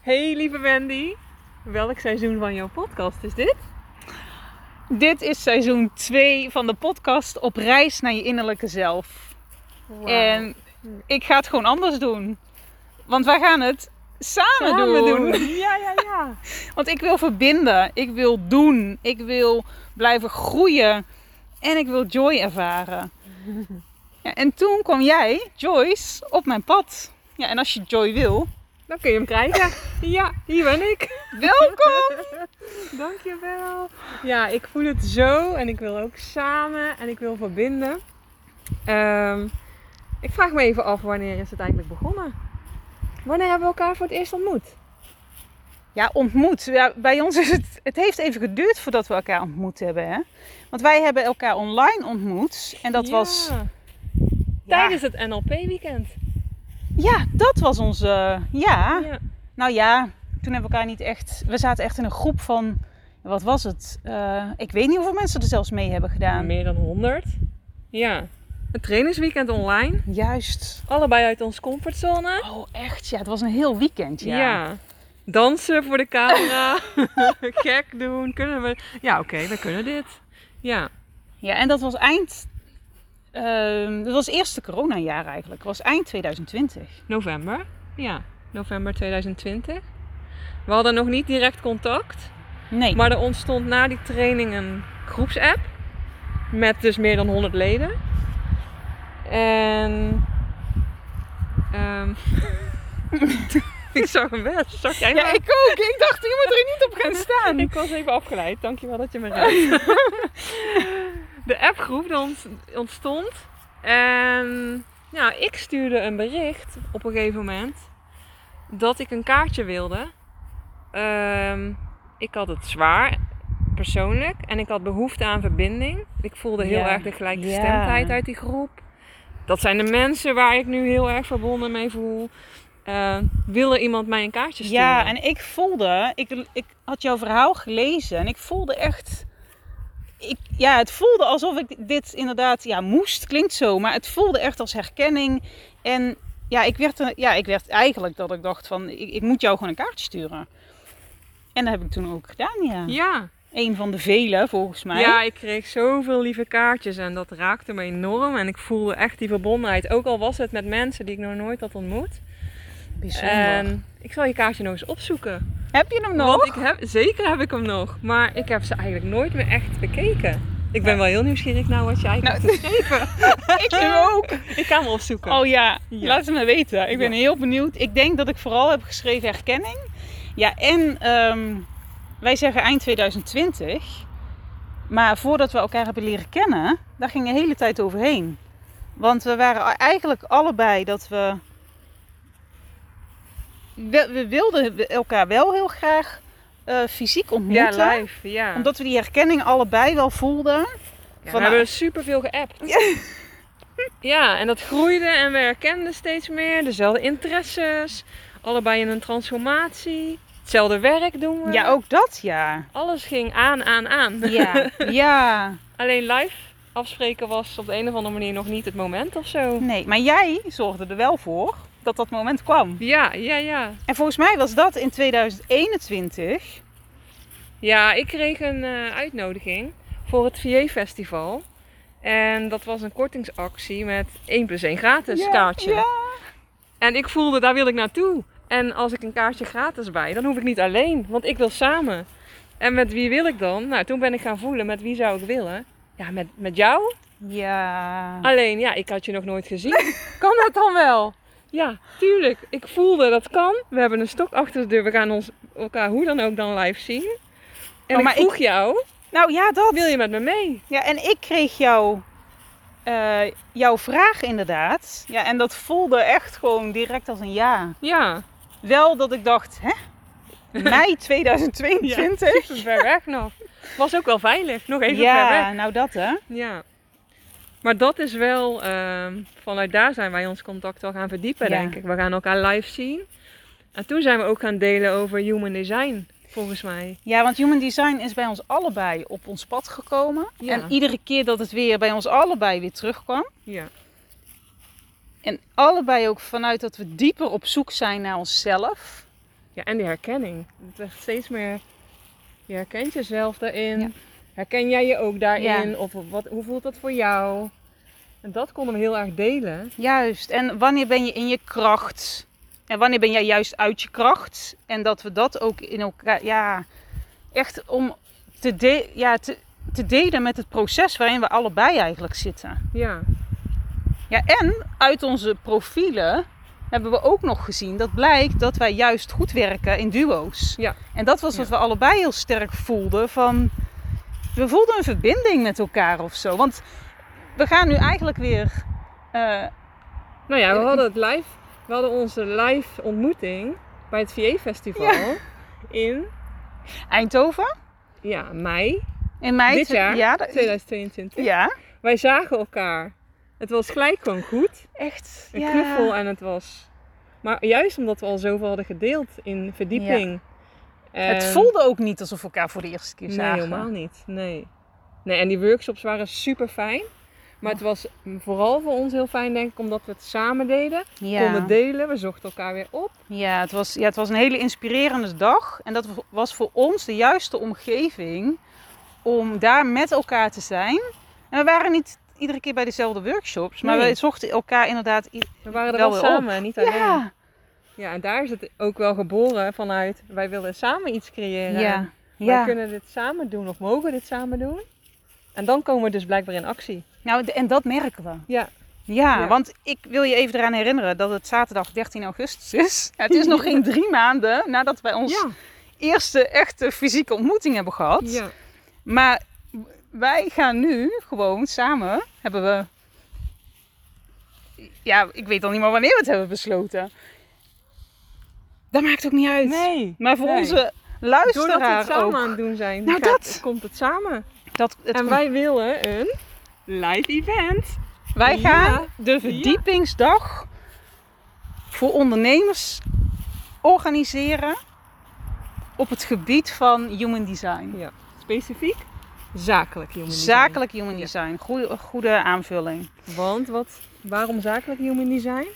Hey lieve Wendy, welk seizoen van jouw podcast is dit? Dit is seizoen 2 van de podcast Op reis naar je innerlijke zelf. En ik ga het gewoon anders doen. Want wij gaan het samen, Samen doen. Ja, ja, ja. Want ik wil verbinden. Ik wil doen. Ik wil blijven groeien. En ik wil joy ervaren. Ja, en toen kwam jij, Joyce, op mijn pad. Ja, en als je joy wil, Dan kun je hem krijgen. Ja, hier ben ik. welkom! Dankjewel. Ja, ik voel het zo en ik wil ook samen en ik wil verbinden. Ehm, ik vraag me even af, wanneer is het eigenlijk begonnen? Wanneer hebben we elkaar voor het eerst ontmoet? Ja, ontmoet. Ja, bij ons is het, het heeft even geduurd voordat we elkaar ontmoet hebben. Hè? Want wij hebben elkaar online ontmoet. En dat was Ja. Ja. Tijdens het NLP-weekend. Ja, dat was onze. ja. Ja. Nou ja, toen hebben we elkaar niet echt. We zaten echt in een groep van. Wat was het? Eh, ik weet niet hoeveel mensen er zelfs mee hebben gedaan. Meer dan 100. Ja. Een trainingsweekend online. Juist. Allebei uit onze comfortzone. Oh, echt? Ja, het was een heel weekend. Ja. Dansen voor de camera. Gek doen. Kunnen we. Ja, oké, we kunnen dit. Ja. Ja, en dat was eind. ehm, dat was het eerste coronajaar eigenlijk. Dat was eind 2020. November. Ja. November 2020. We hadden nog niet direct contact. Nee. Maar er ontstond na die training een groepsapp. Met dus meer dan 100 leden. En. ehm, ik zag hem weg. Zag jij ja, hem? ik ook. Ik dacht, je moet er niet op gaan staan. Ik was even afgeleid. Dankjewel dat je me raadt. de appgroep die ont- ontstond. En ja, ik stuurde een bericht op een gegeven moment dat ik een kaartje wilde. Ehm, ik had het zwaar, persoonlijk. En ik had behoefte aan verbinding. Ik voelde heel Ja. erg de gelijkgestemdheid Ja. uit die groep. Dat zijn de mensen waar ik nu heel erg verbonden mee voel. Eh, wilde iemand mij een kaartje sturen? Ja, en ik voelde, ik, ik had jouw verhaal gelezen en ik voelde echt. Ik, ja, het voelde alsof ik dit inderdaad, ja, moest, klinkt zo, maar het voelde echt als herkenning. En ja, ik werd, er- ja, ik werd eigenlijk dat ik dacht van, ik, ik moet jou gewoon een kaartje sturen. En dat heb ik toen ook gedaan, ja. ja. Een van de vele, volgens mij. Ja, ik kreeg zoveel lieve kaartjes en dat raakte me enorm. En ik voelde echt die verbondenheid. Ook al was het met mensen die ik nog nooit had ontmoet. Bijzonder. En ik zal je kaartje nog eens opzoeken. heb je hem Oh, nog? Want ik heb, zeker heb ik hem nog. Maar ik heb ze eigenlijk nooit meer echt bekeken. Ik ben wel heel nieuwsgierig naar wat je eigenlijk hebt geschreven. Ik Oh. hem ook. Ik ga hem opzoeken. Oh ja, Ja. laat het me weten. Ik ben Ja. heel benieuwd. Ik denk dat ik vooral heb geschreven herkenning. Ja, en ehm, wij zeggen eind 2020. Maar voordat we elkaar hebben leren kennen, daar ging een hele tijd overheen. Want we waren eigenlijk allebei dat we. We, we wilden elkaar wel heel graag eh, fysiek ja, ontmoeten. live. Ja. omdat we die herkenning allebei wel voelden. Ja, we van- hebben superveel geappt. Ja, en dat groeide en we herkenden steeds meer dezelfde interesses. Allebei in een transformatie. Hetzelfde werk doen we. Ja, ook dat ja. Alles ging aan, aan, aan. Ja, ja. Alleen live afspreken was op de een of andere manier nog niet het moment of zo. Nee, maar jij zorgde er wel voor dat dat moment kwam. Ja, ja, ja. En volgens mij was dat in 2021. Ja, ik kreeg een eh, uitnodiging voor het VA Festival. En dat was een kortingsactie met 1 plus 1 gratis Ja, kaartje. ja. En ik voelde, daar wil ik naartoe. En als ik een kaartje gratis bij, dan hoef ik niet alleen, want ik wil samen. En met wie wil ik dan? Nou, toen ben ik gaan voelen, met wie zou ik willen? Ja, met, met jou? Ja. Alleen, ja, ik had je nog nooit gezien. Ah, kan dat dan wel? Ja, tuurlijk. Ik voelde, dat kan. We hebben een stok achter de deur. We gaan ons, elkaar hoe dan ook dan live zien. En Oh, maar ik vroeg jou, Nou ja, dat. wil je met me mee? Ja, en ik kreeg jou, eh, jouw vraag inderdaad. Ja, en dat voelde echt gewoon direct als een ja. Ja, Wel dat ik dacht, hè? Mei 2022? super ver weg nog. Was ook wel veilig, nog even Ja, ver weg. nou dat hè. Ja. Maar dat is wel, ehm, vanuit daar zijn wij ons contact al gaan verdiepen, Ja. denk ik. We gaan elkaar live zien. En toen zijn we ook gaan delen over human design, volgens mij. Ja, want Human Design is bij ons allebei op ons pad gekomen. Ja. En iedere keer dat het weer bij ons allebei weer terugkwam. Ja. En allebei ook vanuit dat we dieper op zoek zijn naar onszelf. Ja, en die herkenning. Het werd steeds meer, je herkent jezelf daarin. Ja. Herken jij je ook daarin? Of wat, hoe voelt dat voor jou? En dat konden we heel erg delen. Juist. En wanneer ben je in je kracht? En wanneer ben jij juist uit je kracht? En dat we dat ook in elkaar, ja, echt om te, de, ja, te, te delen met het proces waarin we allebei eigenlijk zitten. Ja, Ja, en uit onze profielen hebben we ook nog gezien dat blijkt dat wij juist goed werken in duo's. Ja. En dat was wat we allebei heel sterk voelden van we voelden een verbinding met elkaar of zo. Want we gaan nu eigenlijk weer eh, Nou ja, we Ja, hadden, het live, we hadden onze live ontmoeting bij het VA-festival in Eindhoven ja, mei in mei. Dit twe- jaar? Ja, dat- 2022. ja. Wij zagen elkaar. Het was gelijk gewoon goed. echt. Een ja. knuffel en het was... Maar juist omdat we al zoveel hadden gedeeld in verdieping. Het En- voelde ook niet alsof we elkaar voor de eerste keer eh, Nee, zagen. helemaal niet. Nee. nee. En die workshops waren super fijn. Maar Oh. het was vooral voor ons heel fijn, denk ik, omdat we het samen deden. Konden Ja. delen, we zochten elkaar weer op. Ja, het was, ja, het was een hele inspirerende dag. En dat was voor ons de juiste omgeving om daar met elkaar te zijn. En we waren niet iedere keer bij dezelfde workshops, maar Nee. we zochten elkaar inderdaad. i- We waren er Wel wel weer op. samen, niet alleen. Ja, Ja, en daar is het ook wel geboren vanuit, wij willen samen iets creëren. ja, Wij ja. kunnen dit samen doen of mogen dit samen doen. En dan komen we dus blijkbaar in actie. Nou, d- en dat merken we. Ja, Ja, Ja. want ik wil je even eraan herinneren dat het zaterdag 13 augustus is. Ja, het is nog geen drie maanden nadat wij onze ja, eerste echte fysieke ontmoeting hebben gehad. ja. Maar wij gaan nu gewoon samen, hebben we... Ja, ik weet al niet meer wanneer we het hebben besloten. Dat maakt ook niet uit. Nee. Maar voor Nee. onze Dus Doordat we luisteraar het samen ook. aan het doen zijn, Nou, gaat- dat. komt het samen. Dat het en komt- wij willen een live event. Wij Ja, gaan de verdiepingsdag voor ondernemers organiseren op het gebied van human design. Specifiek zakelijk human design. Zakelijk human Ja. design. Goede, goede aanvulling. Want wat, waarom zakelijk human design?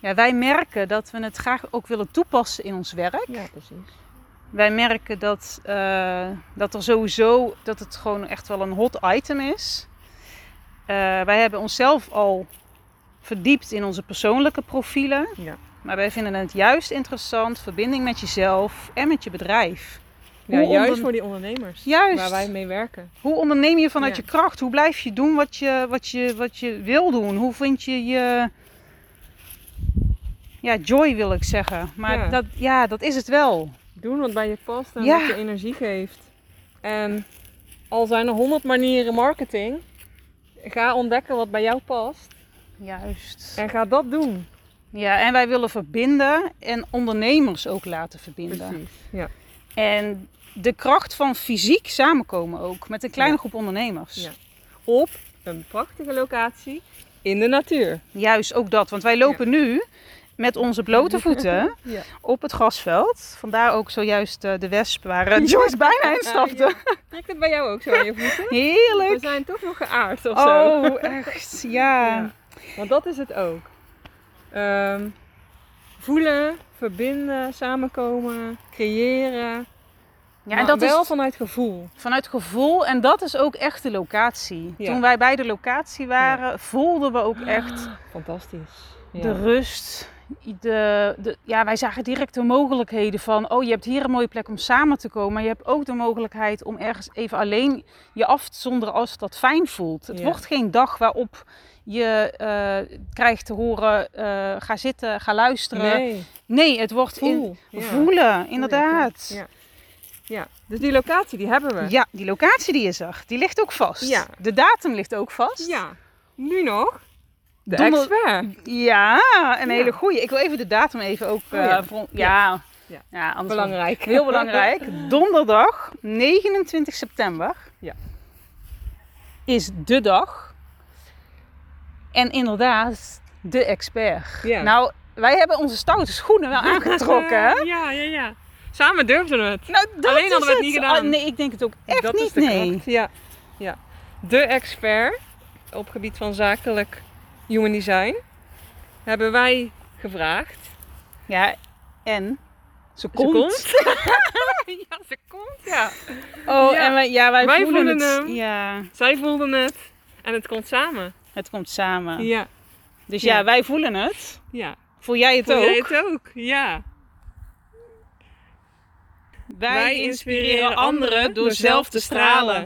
Ja, wij merken dat we het graag ook willen toepassen in ons werk. Ja, precies. Wij merken dat, eh, dat er sowieso dat het gewoon echt wel een hot item is. Eh, wij hebben onszelf al verdiept in onze persoonlijke profielen. Ja. Maar wij vinden het juist interessant, verbinding met jezelf en met je bedrijf. Ja, Hoe juist onder- voor die ondernemers. Juist. Waar wij mee werken. Hoe onderneem je vanuit Ja. je kracht? Hoe blijf je doen wat je, wat, je, wat je wil doen? Hoe vind je je... Ja, joy wil ik zeggen. Maar Ja. Dat, ja, dat is het wel. Doen wat bij je past en Ja. wat je energie geeft. En al zijn er honderd manieren marketing, ga ontdekken wat bij jou past Juist. en ga dat doen. Ja, en wij willen verbinden en ondernemers ook laten verbinden. Ja. En de kracht van fysiek samenkomen ook met een kleine Ja. groep ondernemers. Ja. Op een prachtige locatie in de natuur. Juist ook dat, want wij lopen nu met onze blote voeten Ja. op het grasveld. Vandaar ook zojuist eh, de wesp waar eh, Joyce bijna in stapte. Trekt het bij jou ook zo aan je voeten? We Heerlijk! zijn toch nog geaard of zo. Oh, echt, ja. Ja. Want dat is het ook. Ehm, voelen, verbinden, samenkomen, creëren. Ja, maar en dat wel is vanuit gevoel. vanuit gevoel en dat is ook echt de locatie. Ja. Toen wij bij de locatie waren, voelden we ook echt Fantastisch. de rust. De, de, ja, wij zagen direct de mogelijkheden van, oh je hebt hier een mooie plek om samen te komen, maar je hebt ook de mogelijkheid om ergens even alleen je af te zonderen als dat fijn voelt. Het Ja. wordt geen dag waarop je eh, krijgt te horen, eh, ga zitten, ga luisteren. Nee, Nee. het wordt in- Voel. ja. voelen, inderdaad. Ja. ja, dus die locatie die hebben we. Ja, die locatie die je zag, die ligt ook vast. Ja. De datum ligt ook vast. Ja. Nu nog. De Donder- expert. Ja, Ja. een Oh hele goeie. Ik wil even de datum even ook... eh, ja. voor- ja. Ja. Ja, anders dan- Belangrijk. Heel belangrijk. Donderdag 29 september Ja. is de dag. En inderdaad, de expert. Ja. Nou, wij hebben onze stoute schoenen wel aangetrokken. hè? Ja, ja, ja. Samen durfden we het. Nou, dat Alleen is hadden we het niet gedaan. Ah, nee, ik denk het ook echt dat niet. is de nee. kracht. Ja. ja. De expert op gebied van zakelijk human design hebben wij gevraagd. Ja, En Ze ze komt. ja, ze komt, ja. Oh, Ja. en wij, ja, wij, Wij voelen, voelen het. hem. Ja, Zij voelden het en het komt samen. het komt samen. Ja. Dus ja, Ja. wij voelen het. Ja. Voel jij het Voel ook? jij het ook? Ja. Wij inspireren anderen door zelf te stralen.